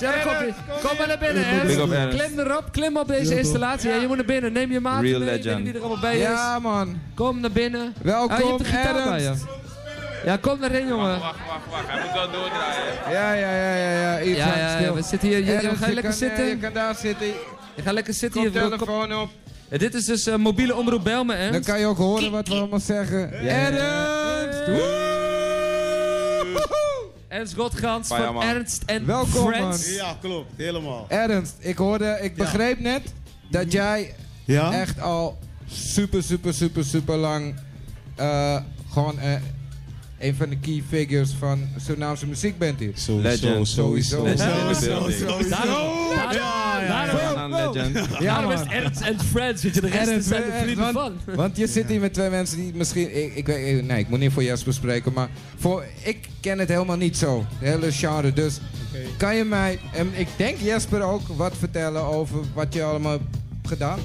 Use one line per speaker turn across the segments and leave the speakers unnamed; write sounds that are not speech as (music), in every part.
Eh, Kom maar naar binnen,
Big up,
Ernst.
Ernst.
Klim erop, klim op deze installatie. Ja, je moet naar binnen, neem je maat mee.
Real
Ik weet
legend.
niet wie er allemaal bij is.
Ja, man.
Kom naar binnen. Ah, je hebt
Welkom,
de gitaar bij je.
Ernst.
Ja, kom erin, jongen.
Wacht, wacht, wacht. Hij moet wel doordraaien.
Ja, ja, ja, ja, ja. Iets
Ja, ja, ja,
stil.
we zitten hier. Je, je
Ernst,
gaat lekker
kan, eh, Je
zitten.
kan daar zitten.
Je gaat lekker zitten
Kom
hier. bro. Kom-
telefoon op.
Ja, Dit is dus eh, mobiele omroep Belmen,
Dan
Ernst.
kan je ook horen wat we allemaal zeggen. Ernst! Woehoe!
Ernst Godgans
Ja,
van
man.
Ernst en
Welkom,
Friends.
man.
Ja, klopt. Helemaal.
Ernst, ik hoorde, ik begreep net dat jij
Ja?
echt al super, super, super, super lang eh, gewoon eh, een van de key figures van Surinaamse muziekband is.
Legend.
Sowieso.
Legend in
Zo,
the
zo,
building.
zo,
Daarom-
zo.
daarom-
Aan aan legend.
Ja,
Daarom is
man.
het Ernst en Friends, weet je, de rest
Ernst,
zijn de
Ernst,
vrienden van.
want- Want je zit hier met twee mensen die misschien. Ik, ik, weet- eh, nee, ik moet niet voor Jasper spreken, maar voor, ik ken het helemaal niet zo. De hele genre. Dus kan je mij, en ik denk Jasper ook, wat vertellen over wat je allemaal hebt gedaan?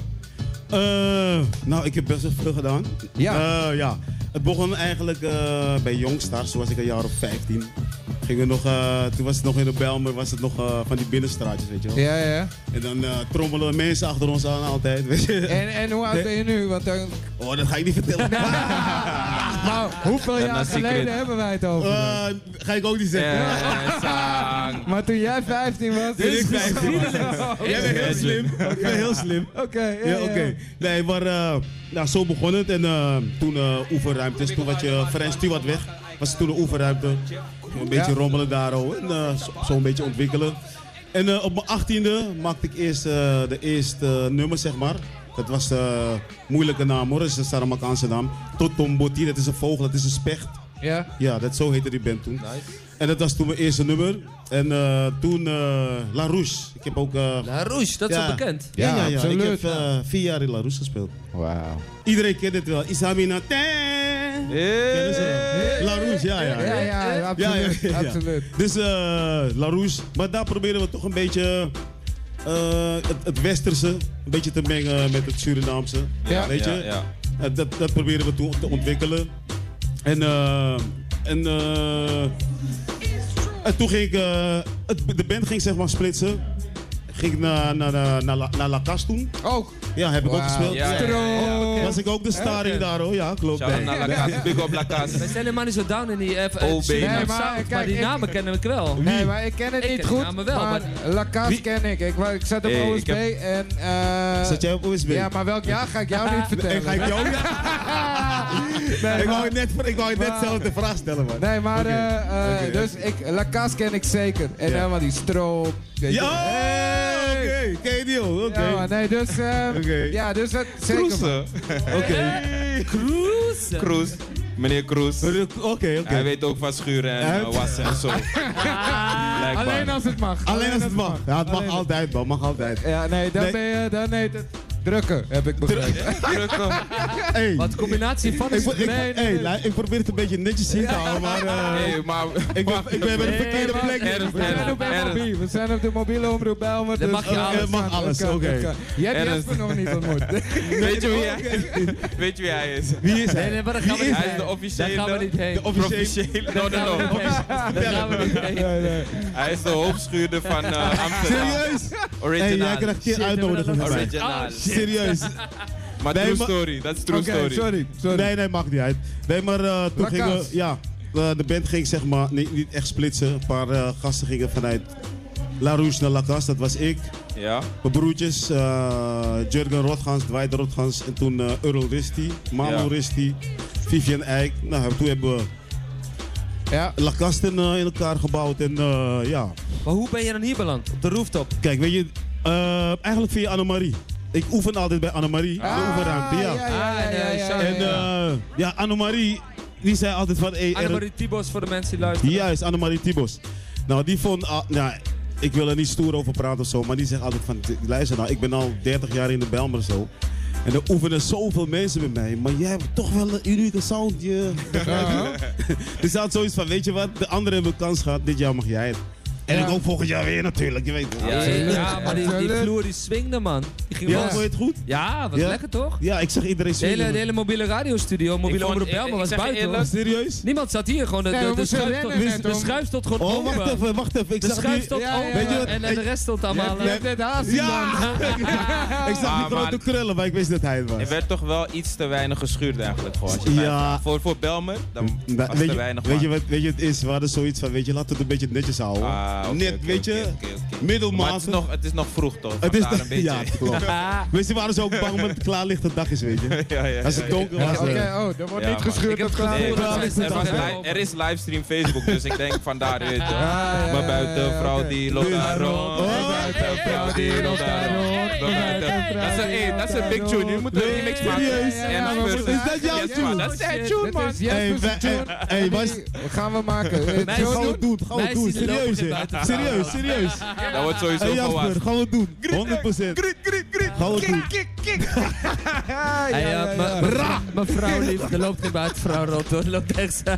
Eh, nou, ik heb best wel veel gedaan.
Ja.
Eh, ja. Het begon eigenlijk eh, bij Jongstars, toen was ik een jaar of 15. Gingen we nog, eh, toen was het nog in de Belmer, was het nog eh, van die binnenstraatjes, weet je wel.
Ja, ja.
En dan eh trommelen mensen achter ons aan altijd, weet je.
En, en hoe oud ben je nu? Want
(laughs)
dan,
Oh, dat ga ik niet vertellen.
maar hoeveel
Ja,
jaar
nou,
geleden
secret.
hebben wij het over?
Eh, ga ik ook niet zeggen.
Eh, zang.
maar toen jij 15 was.
Dit is 15 was. Jij bent heel
Legend.
slim. Ik ben heel slim.
(laughs) Oké, ja,
Ja,
ja.
oké. Nee, maar eh, nou, zo begon het. En eh, toen eh oefenruimtes. Toen was je Frans Stuart weg. Was toen een oefenruimte. Een beetje
Ja.
rommelen daar al. En eh, zo, zo een beetje ontwikkelen. En eh, op mijn achttiende maakte ik eerst eh, de eerste eh, nummer, zeg maar. Dat was de moeilijke naam hoor. Dat is de Saramakaanse naam. Totomboti, dat is een vogel, dat is een specht.
Ja.
Ja, dat, zo heette die band toen. En dat was toen mijn eerste nummer. En eh, toen eh La Rouge. Ik heb ook... eh,
La Rouge, dat is
Ja.
wel bekend.
ja, ja, ja. ik
absoluut.
heb eh, vier jaar in La Rouge gespeeld.
Wauw.
Iedereen kent het wel. Isamina. Kennen ze? La Rouge, ja, ja.
Ja,
Eh,
ja, absoluut.
ja, ja.
absoluut.
Dus eh La Rouge. Maar daar proberen we toch een beetje eh, het, het Westerse een beetje te mengen met het Surinaamse.
Ja.
Weet je?
Ja, ja.
Eh, Dat, dat proberen we toe te ontwikkelen. En, eh, en, eh, en toen ging ik, eh, het, de band ging zeg maar splitsen. Ging naar, naar, naar, naar, La- naar La Cas toen.
Ook.
Ja, heb ik ook
Wauw.
gespeeld.
Ja, ja,
Stroom.
Was ik ook de star in daar hoor, ja klopt.
Shout out naar La Casa. Big up La Casa.
Wij zijn helemaal niet zo down in die eh, eh,
OB.
Surinaam
Nee,
maar,
sound, maar,
kijk,
die
ik-
namen kennen we wel.
Nee, maar ik ken het
Ik
niet
ken die
goed.
namen wel,
maar La Casa
Wie-
ken ik. Ik, wa- ik zat op
Hey, ik
OSB en... eh,
Zat jij op OSB?
Ja, maar welk jaar ga ik
(laughs)
jou niet vertellen. Ah!
Ik ga ik jou
nee,
ik wou
maar,
je net, ik wou je net
Maar-
zelf de vraag stellen, man.
nee, maar eh, eh,
Oké.
dus ik, La Casa ken ik zeker. En
Ja.
helemaal die stroop. weet je.
Ja, oké. Ken je die, joh?
Ja, maar
Oké.
nee, dus... eh,
Oké.
Ja, dus dat zeker. man.
Kroes.
Oké.
Cruise.
Kroes. Meneer Kroes.
Oké,
Hij
oké.
weet ook van schuren en eh, wassen en zo.
Ah,
Blijkbaar.
Alleen als het mag.
Alleen als het mag. Ja, het mag
Alleen-
altijd, man. Mag altijd.
Ja, nee, dan
Nee.
ben je... Dan heet het drukken, heb ik begrepen.
Hey.
Wat een combinatie van
Ik,
is.
pro- ik,
Nee,
hey, lu- ik probeer het een beetje netjes hier te houden, maar eh,
Hey, maar...
ik, ben, ik ben bij de verkeerde
Hey,
plek.
Ernst,
We zijn
Ernst,
op MLB, we zijn op de mobiele omroep Belmer.
Dan
dus-
mag je
Oké,
alles.
dat
mag alles,
dat kan,
oké.
dat kan. Jij hebt
Ernst.
Jasper nog niet ontmoet.
(laughs)
(laughs)
Weet je (laughs) wie hij- weet je wie hij is?
Wie is
nee,
hij?
nee, maar daar gaan we
Hij
niet
is de
heen. Daar
officiële...
gaan we niet heen.
De
Daar
officiële...
officiële... No, no,
gaan we
no.
niet heen. Daar gaan we niet heen.
Nee, nee.
Hij is de hoofdschuurder van eh, Amsterdam.
Serieus? Hey, jij
Original.
krijgt geen
Shit,
uitnodiging
hebben
van
we
mij.
dat
Original.
Oh, shit.
Serieus.
Maar
Nee,
true
maar-
story. Dat is true
Ah, Oké,
story.
sorry, sorry.
Nee, nee, mag niet uit. Nee, maar eh, toen
La
gingen we,
Casse.
ja, eh, de band ging zeg maar niet, niet echt splitsen. Een paar eh, gasten gingen vanuit La Rouge naar La Casse, dat was ik.
Ja.
Mijn broertjes, eh Jurgen Rotgans, Dwight Rotgans en toen eh Earl Risti, Manu
Ja.
Risti, Vivian Eijk. Nou, toen hebben we
Ja,
La Casse in, eh, in elkaar gebouwd en eh, ja.
Maar hoe ben je dan hier beland? Op de rooftop?
Kijk, weet je, eh, eigenlijk via Annemarie. Ik oefen altijd bij Annemarie, de oefenruimte, ja.
Ah, ja, ja, ja, ja,
Ah,
En eh ja, Annemarie, die zei altijd van... Hey, Earl-
Annemarie Tibos voor de mensen die luisteren.
Juist, Annemarie Tibos. Nou, die vond... al- nou, ik wil er niet stoer over praten of zo, maar die zegt altijd van... Luister nou, ik ben al 30 jaar in de Belmer zo. En er oefenen zoveel mensen met mij, maar jij hebt toch wel een unieke sound. Je...
ja.
Dus ze had zoiets van, weet je wat, de anderen hebben kans gehad, dit jaar mag jij het. En
Ja.
ik ook volgend jaar weer natuurlijk, je weet het.
Ja,
Absoluut.
ja, maar die, die
Absoluut.
vloer die swingde, man. Die ging
Ja,
los.
vond je het goed?
Ja, was
Ja.
lekker toch?
Ja, ik zag iedereen
De hele, de
zingen.
hele mobiele radiostudio, mobiele
vond-
omroep
ik-
Belmen
ik
was
zeg je
buiten.
eerlijk-
hoor.
Serieus?
Niemand zat hier, gewoon de,
Nee, we
de, de,
moesten
schuif, stond-
rennen net,
de
hoor.
schuif stond gewoon
Oh,
open.
wacht even, wacht even. Ik
de
zag
schuif
die...
stond
Ja, ja,
open
ja.
en, en de rest stond allemaal...
Je hebt
eh,
net haast, man. (laughs)
Ja! ik zag die
Ah, maar-
grote krullen, maar ik wist dat hij het was.
Er werd toch wel iets te weinig geschuurd eigenlijk gewoon. als je
Ja.
mij vraagt. Voor, voor Belmer, dan
Da-
was
weet,
te
je,
weinig
weet, je
man.
wat, weet je wat het is? We hadden zoiets van, weet je, laten we het een beetje netjes houden.
Ah, oké,
Net,
oké,
weet je,
oké, oké, oké. Maar het
middelmatig.
is, nog, het is nog vroeg toch?
Het is
Vandaar een beetje.
Ja, klopt.
ah,
Weet je, we waren zo ook bang omdat het klaarlichte dag is, weet je.
(laughs) ja, ja,
Als
ja,
het
ja.
donker
Ja,
was.
Oké,
eh,
oh, er wordt
Ja,
niet
man.
geschuurd.
Ik heb
dat
het
klaar.
gevoel
Nee,
dat-
er, is, er was li- er is livestream Facebook, dus ik denk vandaar uit.
Ah, ja, ja,
maar buiten
ja,
vrouw
oké.
die loopt
Dus-
daar rond.
Oh,
buiten vrouw die loopt daar rond. Buiten- Dat is een- hey, Dat is een big tune, nu moeten we
Nee,
een remix maken.
serieus?
En
Ja, maar
Spurs-
is dat jouw
Yes, man,
tune?
Dat is zijn
Shit,
tune,
Dat
man.
is
Hey,
Jasper's
wij-
tune.
hey, hey,
Die
was-
gaan we (laughs) maken. Eh,
Meisjes
Gaan we het doen, gaan we het doen.
Meisjes die
Serieus,
lopen
hè?
buiten
Serieus, serieus.
Dat wordt
Hey
sowieso gewaagd.
Jasper, gaan we het doen. 100 procent. Gaan we het doen.
Hey, eh, me- me- Mevrouw lief, er loopt geen buiten, vrouw rond hoor. Er loopt echt zo-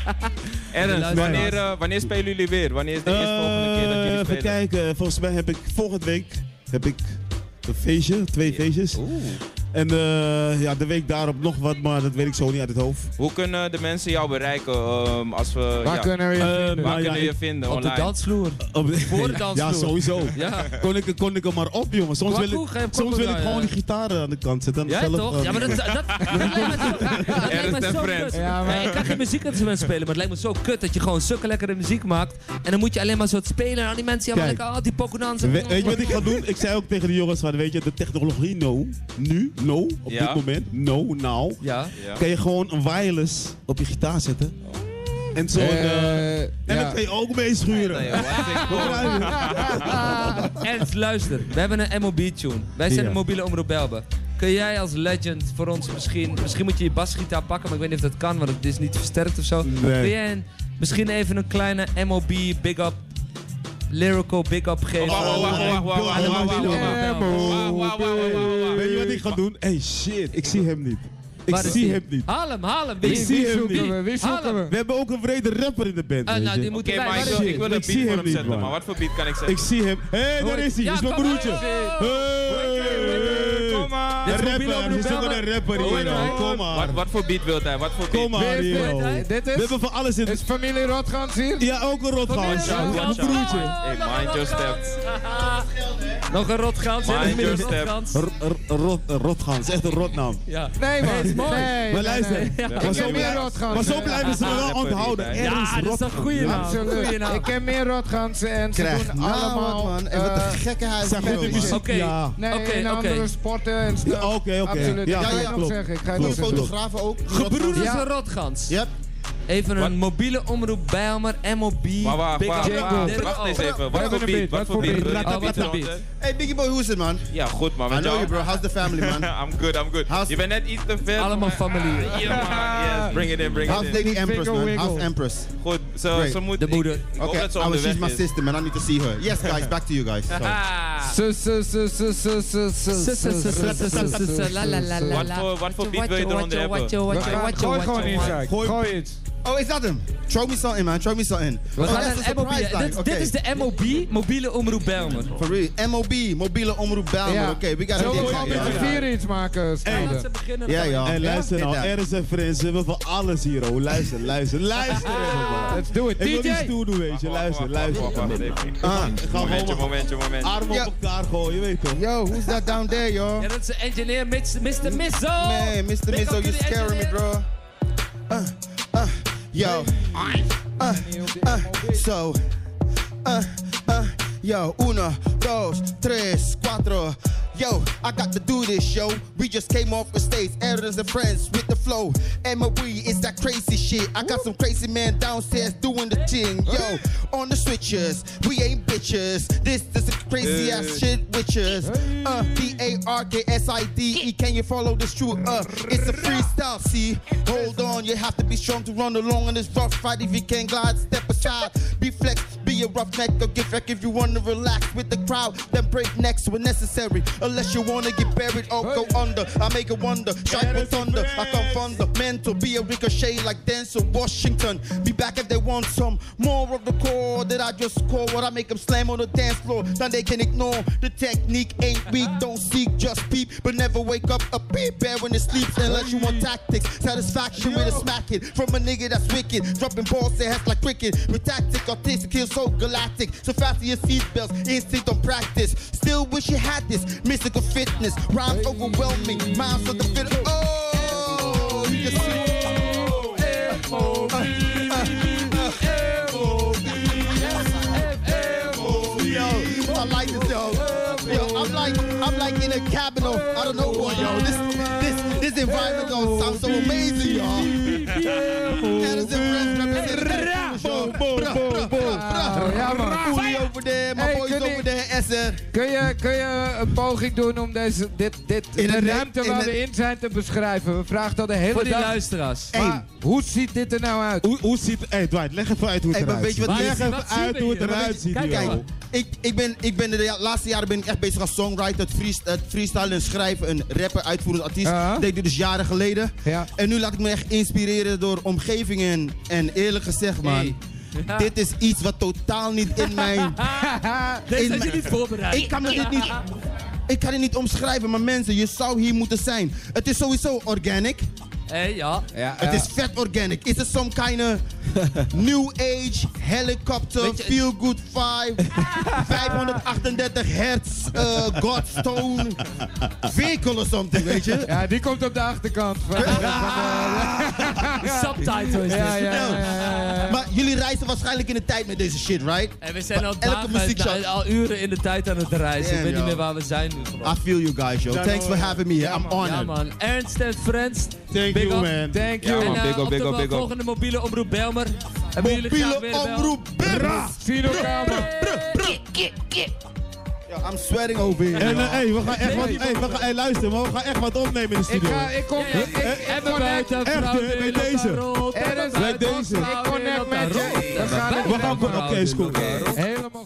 Ernst,
Luister
wanneer,
maar.
eh, wanneer spelen jullie weer? Wanneer is de eerste volgende keer dat
Eh,
jullie
Even
spelen?
kijken, volgens mij heb ik volgende week heb ik een feestje, twee feestjes.
Oeh.
En eh, ja, de week daarop nog wat, maar dat weet ik zo niet uit het hoofd.
Hoe kunnen de mensen jou bereiken ehm, als we...
Waar
ja,
kunnen we je
Eh,
vinden?
waar
Nou ja,
kunnen we je
ik-
vinden
Op de
online?
dansvloer.
Op-
Voor de dansvloer.
(laughs) Ja, sowieso.
Ja.
Kon ik, kon ik hem maar op, jongen. Soms wil
Kwakkoe,
ik,
ga je op
soms
kwakkoe
wil ik
draaien.
gewoon die gitaar aan de kant zetten. en
Ja,
zelf,
toch?
eh,
Ja, maar dat, dat, dat lijkt me zo, dat lijkt me
Ernst en
zo
Friends.
kut.
Ja, maar-
Nee, ik kan geen muziekinstrument spelen, maar het lijkt me zo kut dat je gewoon zulke lekkere muziek maakt. En dan moet je alleen maar zo wat spelen en al die mensen, ja, maar
Kijk.
lekker, oh, die pokonansen.
We- eh, weet je wat ik ga
(laughs)
doen? Ik zei ook tegen de jongens van, weet je, de technologie no, nu, no, op
Ja.
dit moment, no, now.
Ja.
Ja.
Kan je gewoon een wireless op je gitaar zetten. En zo. een, eh,
Eh,
en
ja.
dan kan je ook mee schuren.
Ja, wat ik hoor.
Ernst, luister. We hebben een MOB-tune. Wij zijn
Ja.
de mobiele omroep Belbe. Kun jij als legend voor ons misschien... Misschien moet je je basgitaar pakken, maar ik weet niet of dat kan, want het is niet versterkt of zo.
Nee.
Kun jij een- misschien even een kleine MOB big up... Lyrical big up geven?
Oh,
Wacht, wacht, wacht, wacht, wacht, wacht, wacht, wacht, wacht, wacht. Wacht, wacht, wacht, wacht, wacht, wacht.
Weet je wat ik ga doen? Hey shit, ik zie hem niet. Ik
Waar is
zie
die?
hem niet.
Haal hem, haal hem.
Ik
Wie,
zie
wie
hem
zoekt
niet.
die?
Wie
Haal
zoeken
hem.
we?
We hebben ook een brede rapper in de band.
Ah,
weet
nou,
je.
die moet
Oké, maar ik wil-
Shit,
ik wil een
ik zie
beat voor
hem
hem
niet,
zetten,
man.
maar wat voor beat kan ik zetten?
Ik zie hem. Hé, hey, daar
Hoi.
is hij.
Ja,
is mijn
kom maar,
broertje.
kom maar.
Hey.
Kom maar.
Een
Dit is mobiel
rapper.
omroep,
Er zit ook
bel
een
me.
rapper
Kom
hier.
maar,
man.
hoor.
Kom maar.
Wat, wat voor beat wilt hij? Wat voor beat?
Kom maar,
Dit
joh.
is-
We
Dit is...
hebben van alles in de...
is familie Rotgans hier?
Ja, ook een rotgans.
Familie
Ja, Mijn
Rotgans.
broertje.
Hey, mind your step.
Nog een rotgans. hè?
Mind
Nog een
your step.
rotgans.
R- r- rot- eh, Rotgans, echt een rotnaam.
Ja.
Nee, man.
Nee, is mooi.
Nee,
Maar
nee, nee.
luister, maar
Ik
zo
ken meer
blij-
Rotgans.
maar zo blijven ze me wel
Rapper
onthouden.
hierbij.
Er
Ja, dat is toch
Rotgans.
goeie naam. Goeie
Absoluut.
naam.
Ik ken meer Rotgansen en ze
Krijg
doen
naam,
allemaal...
man. En wat een
eh,
gekke huis.
Zijn goede muziek.
Oké.
Ja.
Nee,
Oké,
in
oké.
andere sporten en stuff.
Ja, Oké, oké.
Absoluut.
Ja,
ik ga
ja,
je nog
klopt.
zeggen. Ik ga je
Klopt.
nog
Goede
Klopt.
zeggen.
fotografen ook.
Gebroeders
Ja.
een rotgans.
Yep.
Even
Wat?
een mobiele omroep Bijlmer, MOB.
Maar wacht,
Big Oh.
wacht,
Up,
wacht.
Dirk
Wacht
Alves.
eens even.
Wat
Wat voor
voor
beat?
beat?
Wat voor
Wat
beat?
voor
Wat
beat?
voor beat?
Wat voor
wil
beat?
hij?
Hey, Biggie Boy, hoe is het, man?
Ja, goed man.
I
Met
know
jou?
you, bro. How's the family,
(laughs)
man?
I'm good, I'm good.
How's-
Je bent net iets te ver.
Allemaal
maar-
familie.
Ah, Ja, man. Yes, bring it in, bring
How's
it in.
Lady Empress,
Finger
man?
wiggle.
How's Empress?
Goed, ze,
Great.
ze moet...
De moeder.
Ik, ik hoop
Okay,
dat ze
I
op de
was she's my
weg is.
sister, man. I need to see her.
(laughs)
Yes, guys, back to you guys. Sorry.
Ah.
Sus, sus, sus, sus, sus, sus, sus,
Sus, sus, sus, sus, sus, sus, sus, la, la, la, la.
Wat voor, wat voor beat wil je eronder hebben?
We gaan- Gooi gewoon iets uit.
Gooi-
Gooi iets.
Oh, is that him? Throw me something, man. Throw me something.
We
oh,
gaan
that's a
een MOB.
surprise, like,
Dit- Dit
okay.
is de MOB, mobiele omroep Bijlmer.
For real. MOB, Mobile Omroep Bijlmer.
Ja.
Okay, we got
Zo
it.
moet je al met
Yeah,
z'n vier iets maken,
Laat
Snijder.
ze beginnen.
yeah, y'all.
Hey, luister nou,
Yeah.
er is een friends. We hebben van alles hier, oh. Luister, luister, luister. even, man.
Let's do it.
Ik wil niet
DJ!
stoer doen, weet je. Luister, luister.
Wacht, wacht, wacht, even.
Ah.
Ik ga
Momentje,
gewoon
momentje,
mijn
momentje.
armen
Ja.
op elkaar gooien, je weet toch.
Yo, who's that down there, yo?
Ja, dat is de engineer Mr. Mr. Mizzo.
Man, Mr.
Big up
Mizzo,
to
you
the
scaring me,
engineer.
bro. Uh, uh, yo. Uh, uh, so. Uh, uh, yo. Uno, dos, tres, cuatro. Yo, I got to do this, yo. We just came off with states, editors and friends with the flow. Emma Wee is that crazy shit. I got some crazy man downstairs doing the thing, yo. On the switches, we ain't bitches. This is a crazy ass shit with us. Uh, D A R K S I D E. Can you follow this truth? Uh, it's a freestyle. See, hold on, you have to be strong to run along in this rough fight. If you can glide, step aside, be flex, be Be a roughneck or get wrecked if you wanna relax with the crowd. Then break necks when necessary. Unless you wanna get buried or go under. I make a wonder. Strike with thunder. I come fundamental. Be a ricochet like Denzel Washington. Be back if they want some more of the core that I just score. What I make them slam on the dance floor. Now they can ignore. The technique ain't weak. Don't seek, just peep. But never wake up a peep bear when it sleeps. Unless you want tactics. Satisfaction with a smack it. From a nigga that's wicked. Dropping balls that heads like cricket. With tactic, artistic, kill so galactic. So fast to your seatbelts. Instinct on practice. Still wish you had this. Mystical fitness. Rhymes overwhelming. Minds of the fit. Oh, you can see. Yo, I like this, yo. Yo, I'm like, I'm like in a cabin of, I don't know what, yo. This, this, this environment don't sound so amazing, y'all. Anderson Press representing. Boom, boom, boom, boom.
Ja, man.
Fully over there, my
Hey,
boys
kun je-
over there, Essen.
Kun je, kun je een poging doen om deze, dit, dit,
In
de
een-
ruimte
in
waar
een-
we in zijn te beschrijven? We vragen al de hele
Voor die
dag,
luisteraars.
maar hoe ziet dit er nou uit?
Hoe, hoe ziet... Hey, Dwight, leg even uit hoe het
Hey, maar
eruit
weet je
ziet.
wat
Leg
het is?
even
Wat zien
uit
we
hoe het
hier?
eruit ziet,
Kijk,
Kijk,
joh.
ik, ik ben, ik ben de ja- laatste jaren ben ik echt bezig als songwriter, het, freest, het freestylen, schrijven, een rapper, uitvoerend artiest.
Ja.
Dat deed ik dus jaren geleden.
Ja.
En nu laat ik me echt inspireren door omgevingen. En eerlijk gezegd, man,
Hey. Ja.
dit is iets wat totaal niet in
(laughs)
mijn
Deze
in
had je
mijn-
niet voorbereid.
(laughs) Ik kan me dit niet. Ik kan het niet omschrijven, maar mensen, je zou hier moeten zijn. Het is sowieso organic.
Hey, ja.
(laughs) Ja,
Het is vet organic. Is het some kind of new age helicopter,
Weet je-
feel good vibe, 538 hertz, eh, Godstone, vehicle of something, weet je?
ja, die komt op de
(laughs)
achterkant. Van, van de-
Subtitle is
ja, ja,
dit.
ja, ja, ja.
Maar jullie reizen waarschijnlijk in de tijd met deze shit, right?
En we zijn al,
elke
dagen,
muziekgenre-
al uren in de tijd aan het reizen. Ik
Damn,
weet niet
yo.
meer waar we zijn nu.
Ah,
gewoon.
I feel you guys, yo. Thanks for having me here. I'm
Ja,
honored.
man. Ernst en Friends.
Thank
Big
you,
up.
man.
Thank
Ja,
you.
En
man.
eh,
Big up,
op
big
de
up, big up.
volgende mobiele omroep Belmer. Hebben jullie graag
Mobiele
willen bellen?
omroep, Berra.
Zien elkaar, man.
Yo, I'm sweating over here.
En eh, hey, we gaan echt wat... Hey, we gaan, hey, luister, man. We gaan echt wat opnemen in de
Ik,
studio.
ga, ik kom...
Ja, ja.
Ik, ik,
En
ik
we
connect,
buiten
Echt,
vrouwen
hè, bij
in
deze.
dat rol,
Er is-
vrouwen
Bij
in
deze.
dat
ik connect
rol.
met je. We gaan
Bij
het
vrouwen
oké, is goed.
in dat rol.
helemaal